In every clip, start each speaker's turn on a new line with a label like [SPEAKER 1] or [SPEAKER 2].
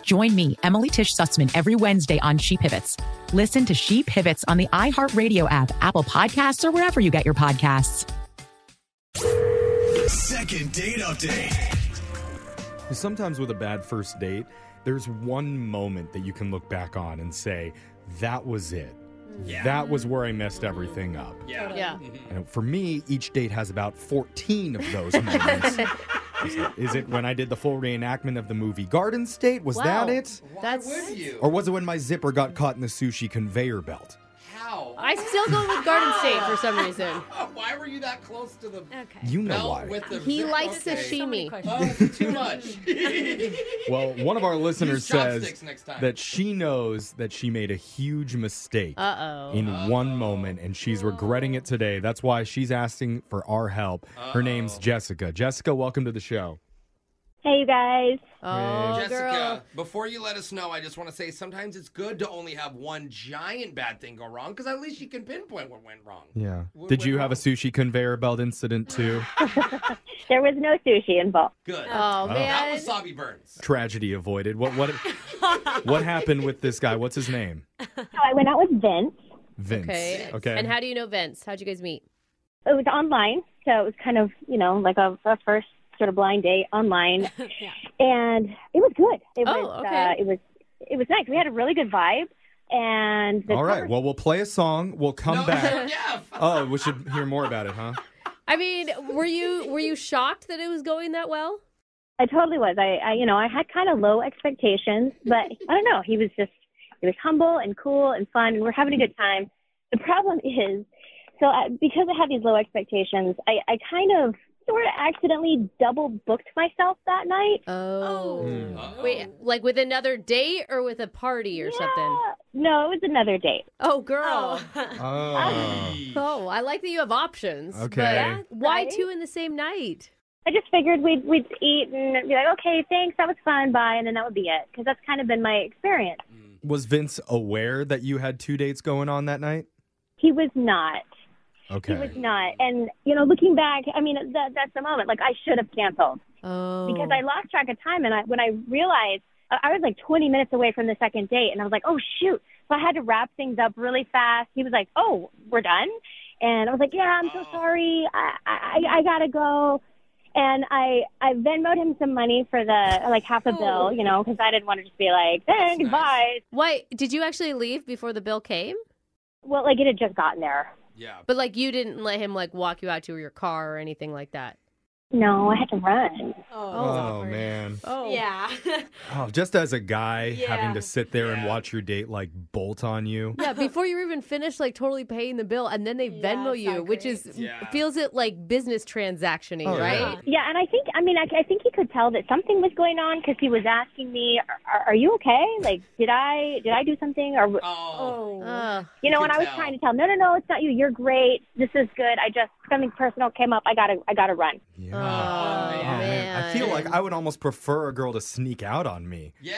[SPEAKER 1] Join me, Emily Tish Sussman, every Wednesday on She Pivots. Listen to She Pivots on the iHeartRadio app, Apple Podcasts, or wherever you get your podcasts.
[SPEAKER 2] Second date update.
[SPEAKER 3] Sometimes with a bad first date, there's one moment that you can look back on and say, that was it. That was where I messed everything up.
[SPEAKER 4] Yeah.
[SPEAKER 5] Yeah.
[SPEAKER 3] And for me, each date has about 14 of those moments. Is it- Is it when I did the full reenactment of the movie Garden State? Was
[SPEAKER 5] Wow.
[SPEAKER 3] that it?
[SPEAKER 5] That's
[SPEAKER 3] Or was it when my zipper got caught in the sushi conveyor belt?
[SPEAKER 4] How?
[SPEAKER 5] I still go with Garden State for some reason.
[SPEAKER 4] Why were you that close to the
[SPEAKER 3] You know
[SPEAKER 4] belt
[SPEAKER 3] why.
[SPEAKER 4] with the
[SPEAKER 5] He
[SPEAKER 4] zip?
[SPEAKER 5] likes
[SPEAKER 4] Okay.
[SPEAKER 5] sashimi.
[SPEAKER 4] Oh, too much.
[SPEAKER 3] well, one of our listeners says
[SPEAKER 4] chopsticks next time.
[SPEAKER 3] that she knows that she made a huge mistake
[SPEAKER 5] Uh-oh.
[SPEAKER 3] in one moment and she's regretting it today. That's why she's asking for our help. Her name's Jessica. Jessica, welcome to the show.
[SPEAKER 6] Hey, you guys.
[SPEAKER 5] Oh,
[SPEAKER 4] Jessica,
[SPEAKER 5] girl.
[SPEAKER 4] before you let us know, I just want to say sometimes it's good to only have one giant bad thing go wrong because at least you can pinpoint what went wrong.
[SPEAKER 3] Yeah.
[SPEAKER 4] What
[SPEAKER 3] Did
[SPEAKER 4] went
[SPEAKER 3] you have a
[SPEAKER 4] wrong?
[SPEAKER 3] sushi conveyor belt incident too?
[SPEAKER 6] There was no sushi involved.
[SPEAKER 4] Good.
[SPEAKER 5] Oh,
[SPEAKER 4] that
[SPEAKER 5] man.
[SPEAKER 4] wasabi burns.
[SPEAKER 3] Tragedy avoided. What what what happened with this guy? What's his name?
[SPEAKER 6] So I went out with Vince.
[SPEAKER 3] Vince.
[SPEAKER 5] Okay.
[SPEAKER 3] Okay.
[SPEAKER 5] And how do you know Vince? How'd you guys meet?
[SPEAKER 6] It was online, so it was kind of, you know, like a, a first sort of blind date online. And it was good. It
[SPEAKER 5] Oh,
[SPEAKER 6] was
[SPEAKER 5] okay.
[SPEAKER 6] uh, it was it was nice. We had a really good vibe and the
[SPEAKER 3] All right. Well, we'll play a song. We'll come
[SPEAKER 4] No,
[SPEAKER 3] back.
[SPEAKER 4] yeah.
[SPEAKER 3] Oh, we should hear more about it, huh?
[SPEAKER 5] I mean, were you were you shocked that it was going that well?
[SPEAKER 6] I totally was. I, I you know, I had kind of low expectations, but I don't know. He was just he was humble and cool and fun, and we're having a good time. The problem is, so I, because I had these low expectations, I, I kind of sort of accidentally double booked myself that night.
[SPEAKER 5] Oh.
[SPEAKER 3] Mm.
[SPEAKER 4] Oh.
[SPEAKER 5] Wait, like with another date or with a party or something?
[SPEAKER 6] Yeah. Uh, No, it was another date.
[SPEAKER 5] Oh, girl.
[SPEAKER 3] Oh.
[SPEAKER 4] E.
[SPEAKER 5] Oh, I like that you have options. but
[SPEAKER 3] Okay.
[SPEAKER 5] why
[SPEAKER 6] Right?
[SPEAKER 5] two in the same night?
[SPEAKER 6] I just figured we'd we'd eat and be like, okay, thanks, that was fun, bye, and then that would be it. Because that's kind of been my experience.
[SPEAKER 3] Was Vince aware that you had two dates going on that night?
[SPEAKER 6] He was not.
[SPEAKER 3] Okay.
[SPEAKER 6] He was not. And you know, looking back, I mean, that that's the moment. Like I should have canceled
[SPEAKER 5] Oh.
[SPEAKER 6] because I lost track of time, and I when I realized I I was like 20 minutes away from the second date, and I was like, oh shoot. So I had to wrap things up really fast. He was like, oh, we're done, and I was like, yeah, I'm so sorry. I I, I gotta go. And I I Venmoed him some money for the like half a bill, you know, because I didn't want to just be like, "Eh, thanks, bye.
[SPEAKER 5] Why did you actually leave before the bill came?
[SPEAKER 6] Well, like it had just gotten there.
[SPEAKER 4] Yeah.
[SPEAKER 5] But like you didn't let him like walk you out to your car or anything like that.
[SPEAKER 6] No, I had to run.
[SPEAKER 3] Oh, man.
[SPEAKER 5] Oh.
[SPEAKER 7] Yeah.
[SPEAKER 3] Oh, just as a guy having to sit there and watch your date like bolt on you.
[SPEAKER 5] Yeah, before you're even finished like totally paying the bill and then they Venmo you, which is
[SPEAKER 4] Yeah.
[SPEAKER 5] feels it like business transactiony,
[SPEAKER 3] Oh, yeah.
[SPEAKER 5] right?
[SPEAKER 6] Yeah, and I think I mean I, I think he could tell that something was going on because he was asking me, are, "Are you okay? Like, did I did I do something?" Or
[SPEAKER 4] Oh.
[SPEAKER 7] Uh,
[SPEAKER 5] Ugh.
[SPEAKER 6] you know,
[SPEAKER 4] could
[SPEAKER 6] and I was
[SPEAKER 4] tell.
[SPEAKER 6] trying to tell, "No, no, no, it's not you. You're great. This is good. I just something personal came up. I gotta I gotta run."
[SPEAKER 3] Yeah.
[SPEAKER 5] Oh, man.
[SPEAKER 3] I feel like
[SPEAKER 5] man.
[SPEAKER 3] I would almost prefer a girl to sneak out on me
[SPEAKER 4] Yeah.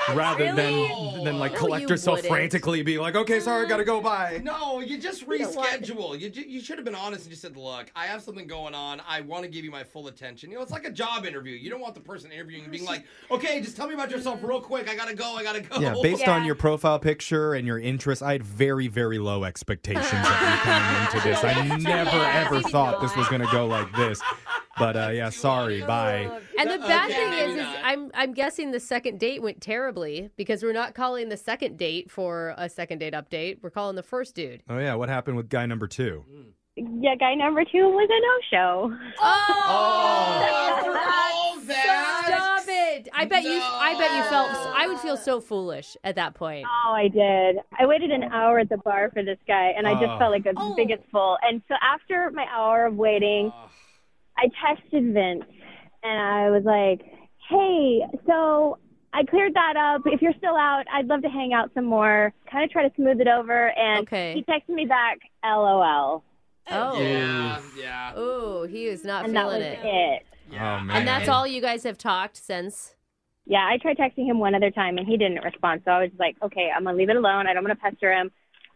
[SPEAKER 3] rather
[SPEAKER 5] Really?
[SPEAKER 3] than than like
[SPEAKER 5] No,
[SPEAKER 3] collect
[SPEAKER 5] you
[SPEAKER 3] herself
[SPEAKER 5] wouldn't.
[SPEAKER 3] frantically be like, okay, sorry, gotta go by.
[SPEAKER 4] No, you just
[SPEAKER 5] don't want-
[SPEAKER 4] reschedule. You, ju- you should have been honest and just said, "Look, I have something going on. I want to give you my full attention." You know, it's like a job interview. You don't want the person interviewing you being like, "Okay, just tell me about yourself real quick. I gotta go. I gotta go."
[SPEAKER 3] Yeah, based on
[SPEAKER 5] Yeah.
[SPEAKER 3] your profile picture and your interests, I had very, very low expectations of you coming into this. I never,
[SPEAKER 5] Yeah,
[SPEAKER 3] ever
[SPEAKER 5] maybe
[SPEAKER 3] thought this
[SPEAKER 5] not.
[SPEAKER 3] was going to go like this. But uh, yeah, sorry, bye.
[SPEAKER 5] And the bad
[SPEAKER 4] Uh, Okay,
[SPEAKER 5] thing is,
[SPEAKER 4] maybe
[SPEAKER 5] is
[SPEAKER 4] not.
[SPEAKER 5] I'm I'm guessing the second date went terribly because we're not calling the second date for a second date update. We're calling the first dude.
[SPEAKER 3] Oh yeah, what happened with guy number two?
[SPEAKER 4] Mm.
[SPEAKER 6] Yeah, guy number two was a no show.
[SPEAKER 4] Oh, for all that.
[SPEAKER 5] Stop it! I bet you. I bet you felt. I would feel so foolish at that point.
[SPEAKER 6] Oh, I did. I waited an hour at the bar for this guy, and I
[SPEAKER 3] Oh.
[SPEAKER 6] just felt like the biggest fool. And so after my hour of waiting, I texted Vince, and I was like, "Hey, so I cleared that up. If you're still out, I'd love to hang out some more. Kind of try to smooth it over." And
[SPEAKER 5] Okay.
[SPEAKER 6] he texted me back, "LOL,"
[SPEAKER 5] Oh,
[SPEAKER 4] Yeah, yeah.
[SPEAKER 5] ooh, he is not
[SPEAKER 6] and that was
[SPEAKER 5] feeling
[SPEAKER 6] it.
[SPEAKER 5] it.
[SPEAKER 3] Oh man,
[SPEAKER 5] And that's all you guys have talked since.
[SPEAKER 6] Yeah, I tried texting him one other time, and he didn't respond. So I was like, "Okay, I'm gonna leave it alone. I don't want to pester him."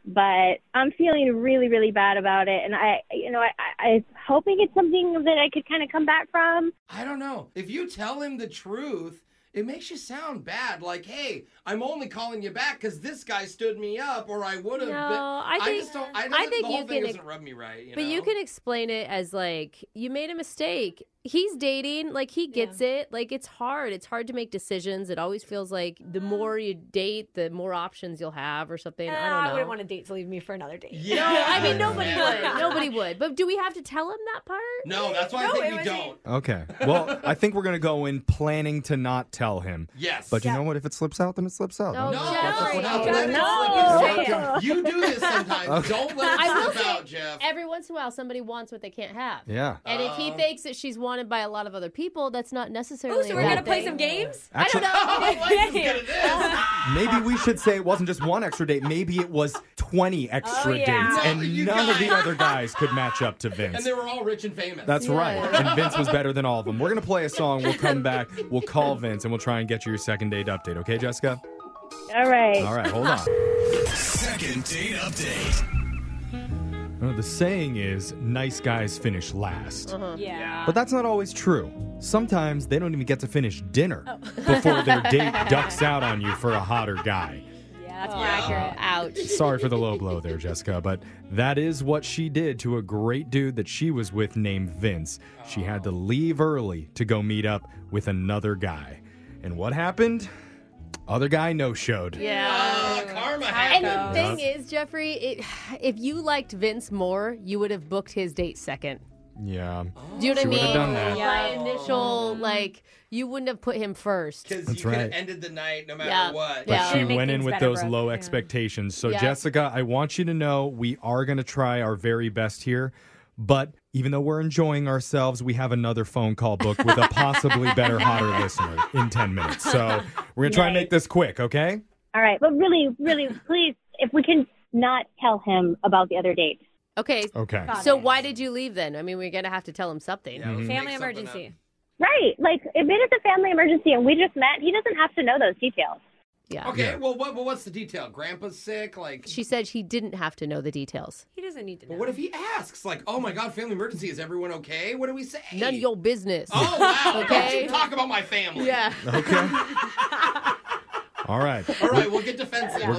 [SPEAKER 6] But I'm feeling really, really bad about it, and I, you know, I, I, I'm hoping it's something that I could kind of come back from.
[SPEAKER 4] I don't know. If you tell him the truth, it makes you sound bad. Like, hey, I'm only calling you back because this guy stood me up, or I would have.
[SPEAKER 5] No, I think-
[SPEAKER 4] just don't. I,
[SPEAKER 5] I
[SPEAKER 4] doesn't-
[SPEAKER 5] think
[SPEAKER 4] the whole
[SPEAKER 5] you
[SPEAKER 4] thing
[SPEAKER 5] can-
[SPEAKER 4] doesn't rub me right. You
[SPEAKER 5] But
[SPEAKER 4] know?
[SPEAKER 5] you can explain it as like you made a mistake. He's dating, like he gets it. Like it's hard. It's hard to make decisions. It always feels like the more you date, the more options you'll have or something. I don't know.
[SPEAKER 7] Ah, wouldn't want a date to leave me for another date.
[SPEAKER 4] Yeah.
[SPEAKER 5] No, I mean nobody would. Nobody would. But do we have to tell him that part?
[SPEAKER 4] No, that's why
[SPEAKER 7] No,
[SPEAKER 4] I
[SPEAKER 7] it
[SPEAKER 4] think we
[SPEAKER 7] was-
[SPEAKER 4] don't.
[SPEAKER 3] Okay. Well, I think we're gonna go in planning to not tell him.
[SPEAKER 4] Yes.
[SPEAKER 3] But you know what? If it slips out, then it slips out.
[SPEAKER 5] No,
[SPEAKER 4] no,
[SPEAKER 5] Jeffrey.
[SPEAKER 4] that's what
[SPEAKER 5] No,
[SPEAKER 4] happened.
[SPEAKER 7] no.
[SPEAKER 4] That's what you, say. you do this sometimes. Don't let
[SPEAKER 5] I will
[SPEAKER 4] it slip
[SPEAKER 5] say
[SPEAKER 4] out, Jeff. Um,
[SPEAKER 5] every once in a while somebody wants what they can't have.
[SPEAKER 3] Yeah.
[SPEAKER 5] And if he thinks that she's wanted by a lot of other people, that's not necessarily.
[SPEAKER 7] Oh, so
[SPEAKER 5] a
[SPEAKER 7] we're
[SPEAKER 5] bad
[SPEAKER 7] gonna play
[SPEAKER 5] thing.
[SPEAKER 7] some games?
[SPEAKER 3] Actually,
[SPEAKER 4] Oh, Lex is good at this.
[SPEAKER 3] maybe we should say it wasn't just one extra date. Maybe it was 20 extra
[SPEAKER 7] Oh, yeah.
[SPEAKER 3] dates,
[SPEAKER 4] No,
[SPEAKER 3] and
[SPEAKER 4] you
[SPEAKER 3] none of
[SPEAKER 4] guys-
[SPEAKER 3] the other guys could match up to Vince.
[SPEAKER 4] And they were all rich and famous.
[SPEAKER 3] That's
[SPEAKER 5] Yeah.
[SPEAKER 3] right. And Vince was better than all of them. We're going to play a song. We'll come back. We'll call Vince and we'll try and get you your second date update. Okay, Jessica?
[SPEAKER 6] All right.
[SPEAKER 3] All right, hold on.
[SPEAKER 2] Second date update.
[SPEAKER 3] Uh, the saying is nice guys finish last.
[SPEAKER 7] Yeah.
[SPEAKER 3] But that's not always true. Sometimes they don't even get to finish dinner
[SPEAKER 7] Oh.
[SPEAKER 3] before their date ducks out on you for a hotter guy.
[SPEAKER 7] Yeah, that's more accurate.
[SPEAKER 5] Ouch.
[SPEAKER 3] Sorry for the low blow there, Jessica, but that is what she did to a great dude that she was with named Vince. She had to leave early to go meet up with another guy. And what happened? Other guy no showed.
[SPEAKER 5] Yeah.
[SPEAKER 4] Ah, karma
[SPEAKER 5] And
[SPEAKER 4] happened.
[SPEAKER 5] the thing is, Jeffrey, it, if you liked Vince more, you would have booked his date second.
[SPEAKER 3] Yeah.
[SPEAKER 7] Oh.
[SPEAKER 5] Do you know
[SPEAKER 3] She
[SPEAKER 5] what
[SPEAKER 3] would
[SPEAKER 5] I mean?
[SPEAKER 3] have done that.
[SPEAKER 5] My initial, like, you wouldn't have put him first.
[SPEAKER 4] Because
[SPEAKER 3] That's
[SPEAKER 4] you could have
[SPEAKER 3] right.
[SPEAKER 4] ended the night no matter
[SPEAKER 5] Yeah.
[SPEAKER 4] what.
[SPEAKER 3] But
[SPEAKER 5] Yeah.
[SPEAKER 3] she
[SPEAKER 7] Didn't make
[SPEAKER 3] went in
[SPEAKER 7] things
[SPEAKER 3] with
[SPEAKER 7] better,
[SPEAKER 3] those
[SPEAKER 7] Brooke.
[SPEAKER 3] low
[SPEAKER 7] Yeah.
[SPEAKER 3] expectations. So,
[SPEAKER 5] Yeah.
[SPEAKER 3] Jessica, I want you to know we are going to try our very best here. But even though we're enjoying ourselves, we have another phone call booked with a possibly better, hotter listener in 10 minutes. So, we're going to try and make this quick, okay?
[SPEAKER 6] All right. But really, really, please, if we can not tell him about the other date.
[SPEAKER 5] Okay.
[SPEAKER 3] Okay.
[SPEAKER 4] Oh.
[SPEAKER 5] So why did you leave then? I mean, we're going to have to tell him something.
[SPEAKER 3] Mm-hmm.
[SPEAKER 4] let's make
[SPEAKER 7] Family
[SPEAKER 4] something
[SPEAKER 7] emergency.
[SPEAKER 6] Right. Like, if it is a family emergency and we just met, he doesn't have to know those details.
[SPEAKER 5] Yeah.
[SPEAKER 4] up. Okay, well, what, well, what's the detail? Grandpa's sick? Like,
[SPEAKER 5] She said she didn't have to know the details.
[SPEAKER 7] He doesn't need to know.
[SPEAKER 4] but what if he asks? Like, oh my God, family emergency. Is everyone okay? What do we say?
[SPEAKER 5] None of your business.
[SPEAKER 4] Oh, wow. Don't
[SPEAKER 5] Okay.
[SPEAKER 4] you talk about my family.
[SPEAKER 5] Yeah.
[SPEAKER 3] Okay. All right.
[SPEAKER 4] All right, we'll get defensive.
[SPEAKER 3] We're
[SPEAKER 4] Let's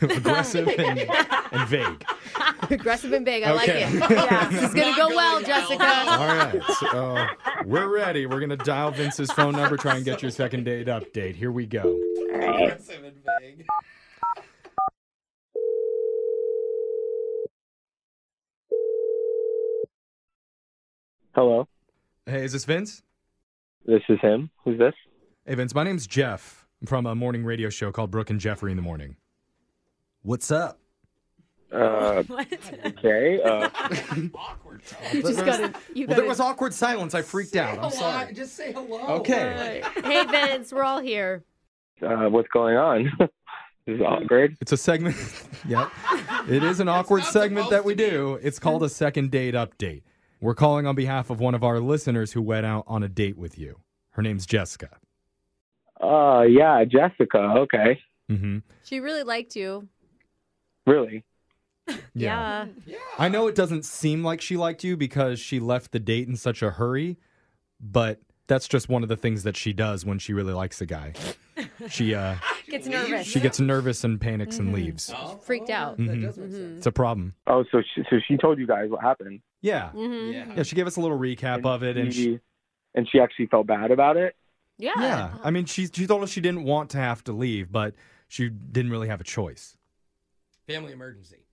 [SPEAKER 3] going
[SPEAKER 4] do it.
[SPEAKER 3] to aggressive and, and vague.
[SPEAKER 5] Aggressive and big. I
[SPEAKER 3] Okay.
[SPEAKER 5] like it. This is going to go
[SPEAKER 4] Not going
[SPEAKER 5] well,
[SPEAKER 4] well.
[SPEAKER 5] Jessica.
[SPEAKER 3] All right. So we're ready. We're going to dial Vince's phone number, try and get your second date update. Here we go.
[SPEAKER 6] All right.
[SPEAKER 4] Aggressive and vague.
[SPEAKER 8] Hello,
[SPEAKER 3] Hey, is this Vince?
[SPEAKER 8] this is him. Who's this?
[SPEAKER 3] Hey, Vince, my name's Jeff. I'm from a morning radio show called Brooke and Jeffrey in the Morning. What's up?
[SPEAKER 8] Uh, okay. Uh,
[SPEAKER 4] Awkward.
[SPEAKER 5] Just gotta, you
[SPEAKER 3] Well,
[SPEAKER 5] gotta,
[SPEAKER 3] there was awkward silence. I freaked out. I'm
[SPEAKER 4] Hello.
[SPEAKER 3] sorry.
[SPEAKER 4] Just say hello.
[SPEAKER 3] Okay.
[SPEAKER 5] hey, Vince, we're all here.
[SPEAKER 8] uh, what's going on? this is awkward.
[SPEAKER 3] It's a segment. yep. It is an awkward
[SPEAKER 4] not
[SPEAKER 3] segment that we
[SPEAKER 4] supposed to
[SPEAKER 3] do. It's called a second date update. We're calling on behalf of one of our listeners who went out on a date with you. Her name's Jessica.
[SPEAKER 8] Oh, yeah, Jessica. Okay.
[SPEAKER 3] Mm-hmm.
[SPEAKER 5] She really liked you.
[SPEAKER 8] Really?
[SPEAKER 5] Yeah.
[SPEAKER 3] I know it doesn't seem like she liked you because she left the date in such a hurry, but that's just one of the things that she does when she really likes a guy. She uh
[SPEAKER 7] Gets nervous.
[SPEAKER 3] she gets nervous and panics and leaves. Mm-hmm.
[SPEAKER 4] Oh,
[SPEAKER 5] Freaked out.
[SPEAKER 4] That does make sense.
[SPEAKER 3] It's a problem.
[SPEAKER 8] Oh, so she, so she told you guys what happened.
[SPEAKER 3] Yeah.
[SPEAKER 5] Mm-hmm.
[SPEAKER 4] Yeah.
[SPEAKER 3] Yeah, she gave us a little recap of it and she,
[SPEAKER 8] and she actually felt bad about it.
[SPEAKER 5] Yeah.
[SPEAKER 3] yeah. I mean, she she told us she didn't want to have to leave, but she didn't really have a choice.
[SPEAKER 4] Family emergency.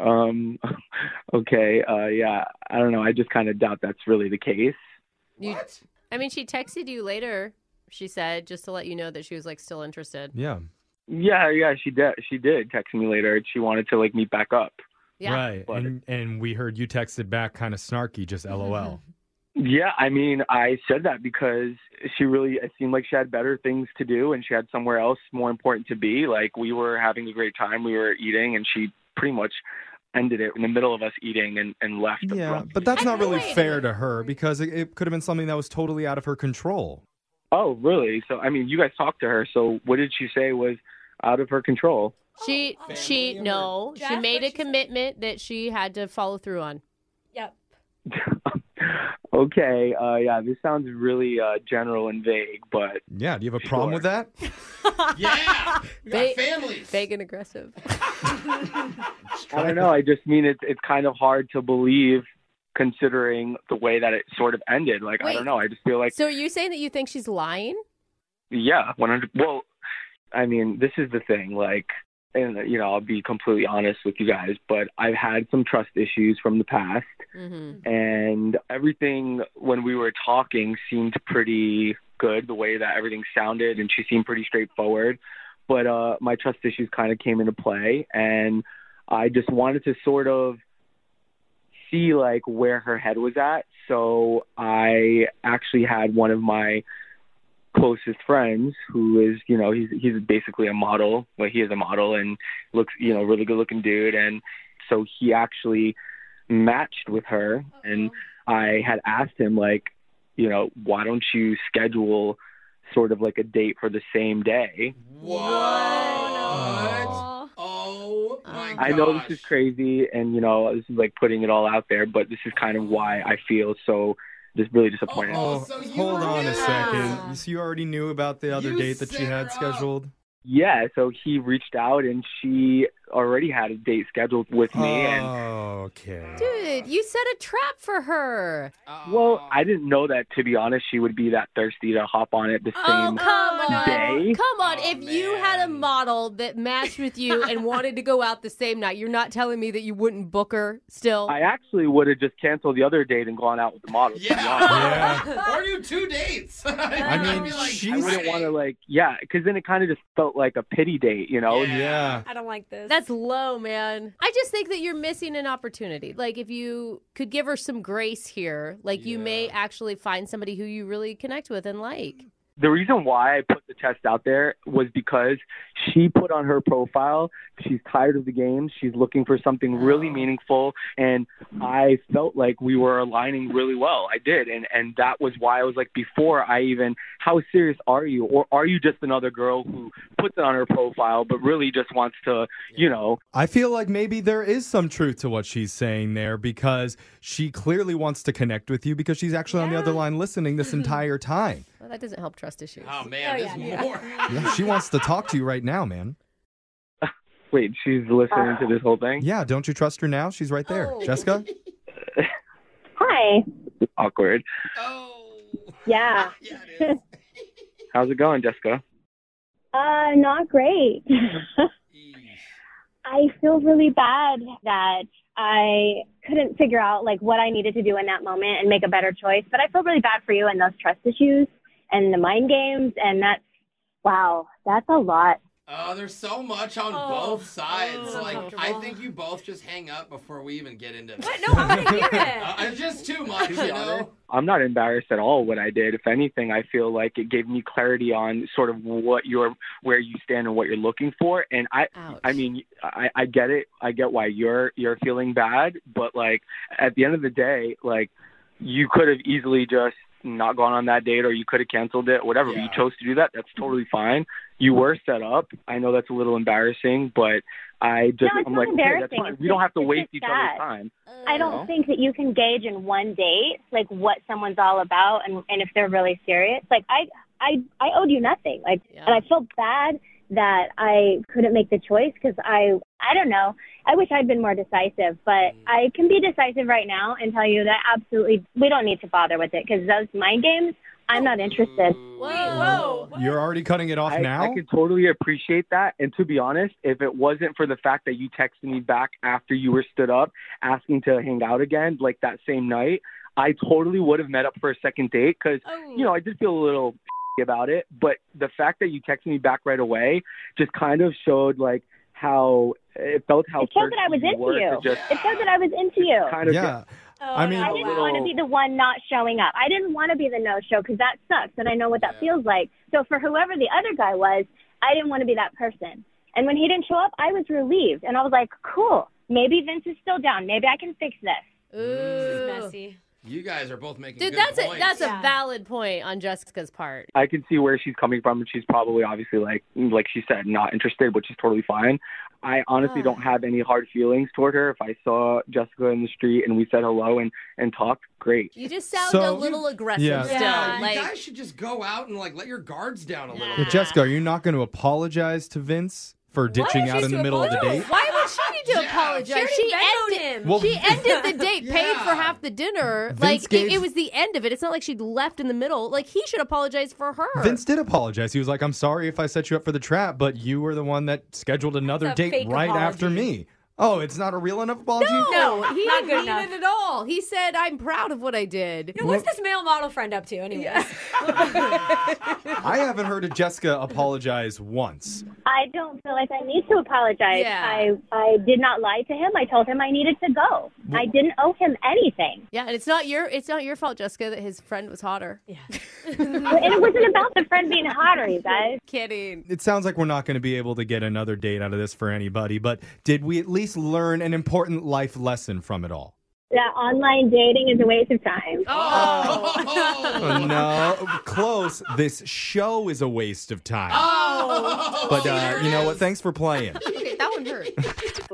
[SPEAKER 8] Um, okay. Uh, yeah. I don't know. I just kind of doubt that's really the case.
[SPEAKER 5] You-
[SPEAKER 4] What?
[SPEAKER 5] I mean, she texted you later. She said just to let you know that she was like still interested.
[SPEAKER 3] Yeah.
[SPEAKER 8] Yeah, yeah, she did. She did text me later. and She wanted to like meet back up.
[SPEAKER 5] Yeah.
[SPEAKER 3] Right.
[SPEAKER 8] But-
[SPEAKER 3] And and we heard you texted back kind of snarky just LOL.
[SPEAKER 8] Yeah, I mean, I said that because she really it seemed like she had better things to do and she had somewhere else more important to be. Like we were having a great time, we were eating, and she pretty much ended it in the middle of us eating and and left.
[SPEAKER 3] Yeah,
[SPEAKER 8] abruptly.
[SPEAKER 3] but that's
[SPEAKER 7] I
[SPEAKER 3] not
[SPEAKER 7] feel
[SPEAKER 3] really
[SPEAKER 7] like-
[SPEAKER 3] fair to her because it, it could have been something that was totally out of her control.
[SPEAKER 8] oh, really? So I mean, you guys talked to her. So what did she say was out of her control?
[SPEAKER 5] She
[SPEAKER 7] Oh, oh.
[SPEAKER 5] she
[SPEAKER 4] Family
[SPEAKER 5] no.
[SPEAKER 7] emergency.
[SPEAKER 5] she made
[SPEAKER 7] Jeff, what she
[SPEAKER 5] a
[SPEAKER 7] said?
[SPEAKER 5] commitment that she had to follow through on.
[SPEAKER 7] Yep.
[SPEAKER 8] okay, uh, yeah, this sounds really uh, general and vague, but
[SPEAKER 3] Yeah, do you have a problem
[SPEAKER 8] Sure.
[SPEAKER 3] with that?
[SPEAKER 4] Oh, Yeah. We got
[SPEAKER 5] Ba-
[SPEAKER 4] families.
[SPEAKER 5] Vague and aggressive.
[SPEAKER 8] I don't know. I just mean it's it's kind of hard to believe considering the way that it sort of ended. Like I
[SPEAKER 5] Wait.
[SPEAKER 8] don't know. I just feel like
[SPEAKER 5] So are you saying that you think she's lying?
[SPEAKER 8] yeah, one hundred. Well, I mean, this is the thing. Like, and you know, I'll be completely honest with you guys, but I've had some trust issues from the past,
[SPEAKER 5] Mm-hmm.
[SPEAKER 8] and everything when we were talking seemed pretty good. The way that everything sounded, and she seemed pretty straightforward. But uh, my trust issues kind of came into play, and I just wanted to sort of see like where her head was at. So I actually had one of my closest friends who is, you know, he's he's basically a model. Well, he is a model and looks, you know, really good looking dude. And so he actually matched with her, and I had asked him like, you know, why don't you schedule sort of like a date for the same day?
[SPEAKER 4] What?
[SPEAKER 3] Oh.
[SPEAKER 4] Oh my
[SPEAKER 8] I know this is
[SPEAKER 4] gosh.
[SPEAKER 8] crazy, and you know this is like putting it all out there, but this is kind of why I feel so just really disappointed.
[SPEAKER 4] Oh, so you
[SPEAKER 3] hold
[SPEAKER 4] were-
[SPEAKER 3] on a
[SPEAKER 4] Yeah.
[SPEAKER 3] second. So you already knew about the other
[SPEAKER 4] You
[SPEAKER 3] date that she
[SPEAKER 4] set
[SPEAKER 3] had
[SPEAKER 4] her up.
[SPEAKER 3] scheduled?
[SPEAKER 8] Yeah, so he reached out, and she already had a date scheduled with me, and
[SPEAKER 3] Oh, okay.
[SPEAKER 5] Dude, you set a trap for her.
[SPEAKER 8] well, I didn't know that to be honest, she would be that thirsty to hop on it the
[SPEAKER 5] Oh,
[SPEAKER 8] same
[SPEAKER 5] come on.
[SPEAKER 8] day.
[SPEAKER 5] Come on.
[SPEAKER 4] Oh,
[SPEAKER 5] if you had a
[SPEAKER 4] man.
[SPEAKER 5] model that matched with you and wanted to go out the same night, you're not telling me that you wouldn't book her still?
[SPEAKER 8] I actually would have just cancanceled the other date and gone out with the model. to be honest.
[SPEAKER 4] Yeah. Or do two dates. I
[SPEAKER 3] mean,
[SPEAKER 8] I
[SPEAKER 3] she's-
[SPEAKER 8] wouldn't want to like, yeah, because then it kind of just felt like a pity date, you know?
[SPEAKER 4] Yeah.
[SPEAKER 3] Yeah.
[SPEAKER 7] I don't like this.
[SPEAKER 5] That's low, man. I just think that you're missing an opportunity. Like, if you could give her some grace here, like, you may actually find somebody who you really connect with and like.
[SPEAKER 8] the reason why I put the test out there was because she put on her profile, she's tired of the game, she's looking for something really meaningful, and I felt like we were aligning really well. I did, and and that was why I was like, before I even, how serious are you, or are you just another girl who puts it on her profile but really just wants to, you know,
[SPEAKER 3] I feel like maybe there is some truth to what she's saying there because she clearly wants to connect with you because she's actually on the other line listening this entire time.
[SPEAKER 5] Well, that doesn't help trust issues.
[SPEAKER 4] Oh man,
[SPEAKER 7] Oh,
[SPEAKER 4] there's
[SPEAKER 7] yeah, yeah.
[SPEAKER 4] more.
[SPEAKER 3] Yeah, she wants to talk to you right now, man.
[SPEAKER 8] wait, she's listening to this whole thing?
[SPEAKER 3] Yeah, don't you trust her now? She's right there.
[SPEAKER 4] Oh.
[SPEAKER 3] Jessica?
[SPEAKER 6] Hi.
[SPEAKER 8] Awkward.
[SPEAKER 4] Oh.
[SPEAKER 6] Yeah.
[SPEAKER 4] Yeah, it is.
[SPEAKER 8] How's it going, Jessica?
[SPEAKER 6] Uh, not great. I feel really bad that I couldn't figure out like what I needed to do in that moment and make a better choice. But I feel really bad for you and those trust issues and the mind games and that's wow, that's a lot.
[SPEAKER 4] Oh, there's so much on
[SPEAKER 7] Oh.
[SPEAKER 4] both sides.
[SPEAKER 7] Oh.
[SPEAKER 4] like, I
[SPEAKER 7] Uncomfortable.
[SPEAKER 4] think you both just hang up before we even get into this.
[SPEAKER 7] What? No, I want to hear
[SPEAKER 4] Uh,
[SPEAKER 7] it.
[SPEAKER 4] it's just too much, you know?
[SPEAKER 8] I'm not embarrassed at all what I did. If anything, I feel like it gave me clarity on sort of what you're, where you stand and what you're looking for. And I,
[SPEAKER 5] Ouch.
[SPEAKER 8] I mean, I, I get it. I get why you're you're feeling bad, but like at the end of the day, like you could have easily just not gone on that date, or you could have canceled it, or whatever. But you
[SPEAKER 4] Yeah.
[SPEAKER 8] chose to do that. That's totally fine. You were set up. I know that's a little embarrassing, but I just
[SPEAKER 6] No, it's
[SPEAKER 8] I'm
[SPEAKER 6] not
[SPEAKER 8] like, okay, that's
[SPEAKER 6] embarrassing.
[SPEAKER 8] fine.
[SPEAKER 6] It's
[SPEAKER 8] We don't
[SPEAKER 6] just-
[SPEAKER 8] have to
[SPEAKER 6] it's
[SPEAKER 8] waste
[SPEAKER 6] just
[SPEAKER 8] each
[SPEAKER 6] sad.
[SPEAKER 8] other's time.
[SPEAKER 6] I
[SPEAKER 8] know?
[SPEAKER 6] don't think that you can gauge in one date like what someone's all about and, and if they're really serious. Like I I I owed you nothing. Like
[SPEAKER 5] Yeah.
[SPEAKER 6] and I felt bad that I couldn't make the choice because I I don't know. I wish I'd been more decisive, but I can be decisive right now and tell you that absolutely we don't need to bother with it because those mind games I'm not interested.
[SPEAKER 7] Whoa.
[SPEAKER 3] You're already cutting it off
[SPEAKER 8] I,
[SPEAKER 3] now?
[SPEAKER 8] I can totally appreciate that. And to be honest, if it wasn't for the fact that you texted me back after you were stood up asking to hang out again, like that same night, I totally would have met up for a second date because,
[SPEAKER 7] Oh.
[SPEAKER 8] you know, I did feel a little about it. But the fact that you texted me back right away just kind of showed like how it felt how
[SPEAKER 6] It showed that I was
[SPEAKER 8] thirsty you
[SPEAKER 6] into
[SPEAKER 8] were to
[SPEAKER 6] you.
[SPEAKER 8] Just
[SPEAKER 6] It showed that I was into you.
[SPEAKER 8] kind of
[SPEAKER 3] yeah.
[SPEAKER 7] Oh,
[SPEAKER 3] I mean-
[SPEAKER 7] no,
[SPEAKER 6] I
[SPEAKER 8] a
[SPEAKER 6] didn't
[SPEAKER 7] wow.
[SPEAKER 6] want to be the one not showing up. I didn't want to be the no show because that sucks, and I know what that feels like. So for whoever the other guy was, I didn't want to be that person. And when he didn't show up, I was relieved, and I was like, "Cool, maybe Vince is still down. Maybe I can fix this."
[SPEAKER 7] This is
[SPEAKER 5] Ooh.
[SPEAKER 7] messy.
[SPEAKER 4] You guys are both making
[SPEAKER 5] Dude,
[SPEAKER 4] good
[SPEAKER 5] that's a
[SPEAKER 4] points.
[SPEAKER 5] that's a
[SPEAKER 7] Yeah.
[SPEAKER 5] valid point on Jessica's part.
[SPEAKER 8] I can see where she's coming from, and she's probably obviously like like she said, not interested, which is totally fine. I honestly
[SPEAKER 5] Ah.
[SPEAKER 8] don't have any hard feelings toward her. If I saw Jessica in the street and we said hello and and talked, great.
[SPEAKER 5] You just sound a
[SPEAKER 3] So-
[SPEAKER 5] little aggressive
[SPEAKER 3] Yeah.
[SPEAKER 5] still.
[SPEAKER 7] Yeah,
[SPEAKER 4] you
[SPEAKER 5] like
[SPEAKER 4] guys should just go out and like let your guards down a little
[SPEAKER 7] Nah.
[SPEAKER 3] Well,
[SPEAKER 4] bit.
[SPEAKER 3] Jessica, are you not going to apologize to Vince for ditching
[SPEAKER 7] she
[SPEAKER 3] out in the
[SPEAKER 7] to
[SPEAKER 3] middle of the date?
[SPEAKER 7] apologize?
[SPEAKER 5] why would she need to
[SPEAKER 4] Yeah.
[SPEAKER 5] apologize?
[SPEAKER 7] She
[SPEAKER 5] She
[SPEAKER 7] already Venmoed
[SPEAKER 5] ended
[SPEAKER 7] him.
[SPEAKER 3] Well-
[SPEAKER 5] She ended the date, paid for
[SPEAKER 4] Yeah.
[SPEAKER 5] half the dinner.
[SPEAKER 3] Vince
[SPEAKER 5] like it-
[SPEAKER 3] gave-
[SPEAKER 5] it, was the end of it. It's not like she left in the middle. Like he should apologize for her.
[SPEAKER 3] Vince did apologize. He was like, I'm sorry if I set you up for the trap, but you were the one that scheduled another
[SPEAKER 7] That's a
[SPEAKER 3] date
[SPEAKER 7] fake
[SPEAKER 3] right after
[SPEAKER 7] apology.
[SPEAKER 3] me. Oh, it's not a real enough apology?
[SPEAKER 5] no,
[SPEAKER 7] No,
[SPEAKER 5] he
[SPEAKER 7] not
[SPEAKER 5] didn't
[SPEAKER 7] good
[SPEAKER 5] mean
[SPEAKER 7] enough.
[SPEAKER 5] it at all. He said, "I'm proud of what I did."
[SPEAKER 7] You know, what's this male model friend up to, anyways?
[SPEAKER 3] I haven't heard of Jessica apologize once.
[SPEAKER 6] I don't feel like I need to apologize.
[SPEAKER 5] Yeah.
[SPEAKER 6] I I did not lie to him. I told him I needed to go. I didn't owe him anything,
[SPEAKER 5] Yeah, and it's not your it's not your fault, Jessica, that his friend was hotter.
[SPEAKER 6] and it wasn't about the friend being hotter, you guys.
[SPEAKER 5] Kidding.
[SPEAKER 3] It sounds like we're not going to be able to get another date out of this for anybody, but did we at least learn an important life lesson from it all?
[SPEAKER 6] That online dating is a waste of time.
[SPEAKER 3] Oh, no, close. This show is a waste of time. But uh, you know what? Thanks for playing.
[SPEAKER 5] That one hurt.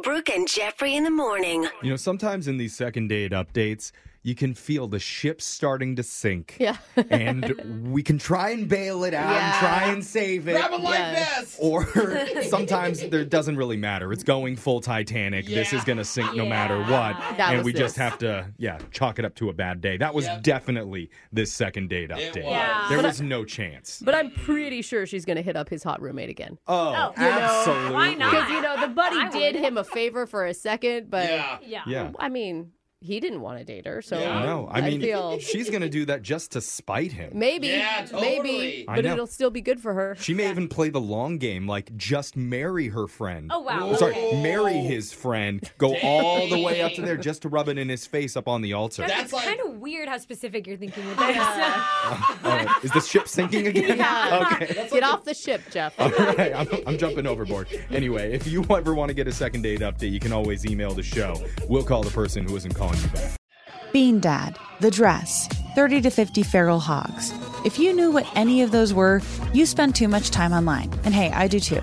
[SPEAKER 9] Brooke and Jeffrey in the morning.
[SPEAKER 3] You know, sometimes in these second date updates, you can feel the ship starting to sink.
[SPEAKER 5] Yeah.
[SPEAKER 3] and we can try and bail it out
[SPEAKER 5] Yeah.
[SPEAKER 3] and try and save it.
[SPEAKER 4] Grab a life
[SPEAKER 5] Yes.
[SPEAKER 4] vest.
[SPEAKER 3] or sometimes there doesn't really matter. It's going full Titanic. This
[SPEAKER 4] Yeah.
[SPEAKER 3] is going to sink no
[SPEAKER 7] Yeah.
[SPEAKER 3] matter what.
[SPEAKER 5] That
[SPEAKER 3] and
[SPEAKER 5] was
[SPEAKER 3] we
[SPEAKER 5] this.
[SPEAKER 3] just have to, yeah, chalk it up to a bad day. That was
[SPEAKER 4] Yep.
[SPEAKER 3] definitely this second date update.
[SPEAKER 4] was. Yeah.
[SPEAKER 3] There
[SPEAKER 5] But I-
[SPEAKER 3] was no chance.
[SPEAKER 5] But I'm pretty sure she's going to hit up his hot roommate again.
[SPEAKER 3] Oh,
[SPEAKER 7] you know,
[SPEAKER 3] absolutely.
[SPEAKER 7] why not?
[SPEAKER 5] Because, you know, the buddy
[SPEAKER 7] I
[SPEAKER 5] did
[SPEAKER 7] would.
[SPEAKER 5] him a favor for a second, but
[SPEAKER 4] Yeah.
[SPEAKER 7] yeah.
[SPEAKER 3] Yeah.
[SPEAKER 5] I mean, he didn't want to date her. So
[SPEAKER 4] Yeah.
[SPEAKER 3] No, I mean,
[SPEAKER 5] feel
[SPEAKER 3] she's going to do that just to spite him.
[SPEAKER 5] maybe,
[SPEAKER 4] Yeah,
[SPEAKER 5] maybe,
[SPEAKER 4] totally.
[SPEAKER 3] I
[SPEAKER 5] but
[SPEAKER 3] know.
[SPEAKER 5] it'll still be good for her.
[SPEAKER 3] She may even play the long game, like just marry her friend.
[SPEAKER 7] Oh, wow. Oh.
[SPEAKER 3] I'm Sorry,
[SPEAKER 4] Whoa.
[SPEAKER 3] marry his friend. Go all the way up to there just to rub it in his face up on the altar.
[SPEAKER 4] That's
[SPEAKER 7] It's
[SPEAKER 4] like-
[SPEAKER 7] kind of weird how specific you're thinking with this.
[SPEAKER 3] Oh, is the ship sinking again? Okay.
[SPEAKER 5] Get off the ship, Jeff.
[SPEAKER 3] All right, I'm, I'm jumping overboard. Anyway, if you ever want to get a second date update, you can always email the show. We'll call the person who isn't calling you back.
[SPEAKER 10] Bean Dad, The Dress, 30 to 50 Feral Hogs. If you knew what any of those were, you spend too much time online. And hey, I do too.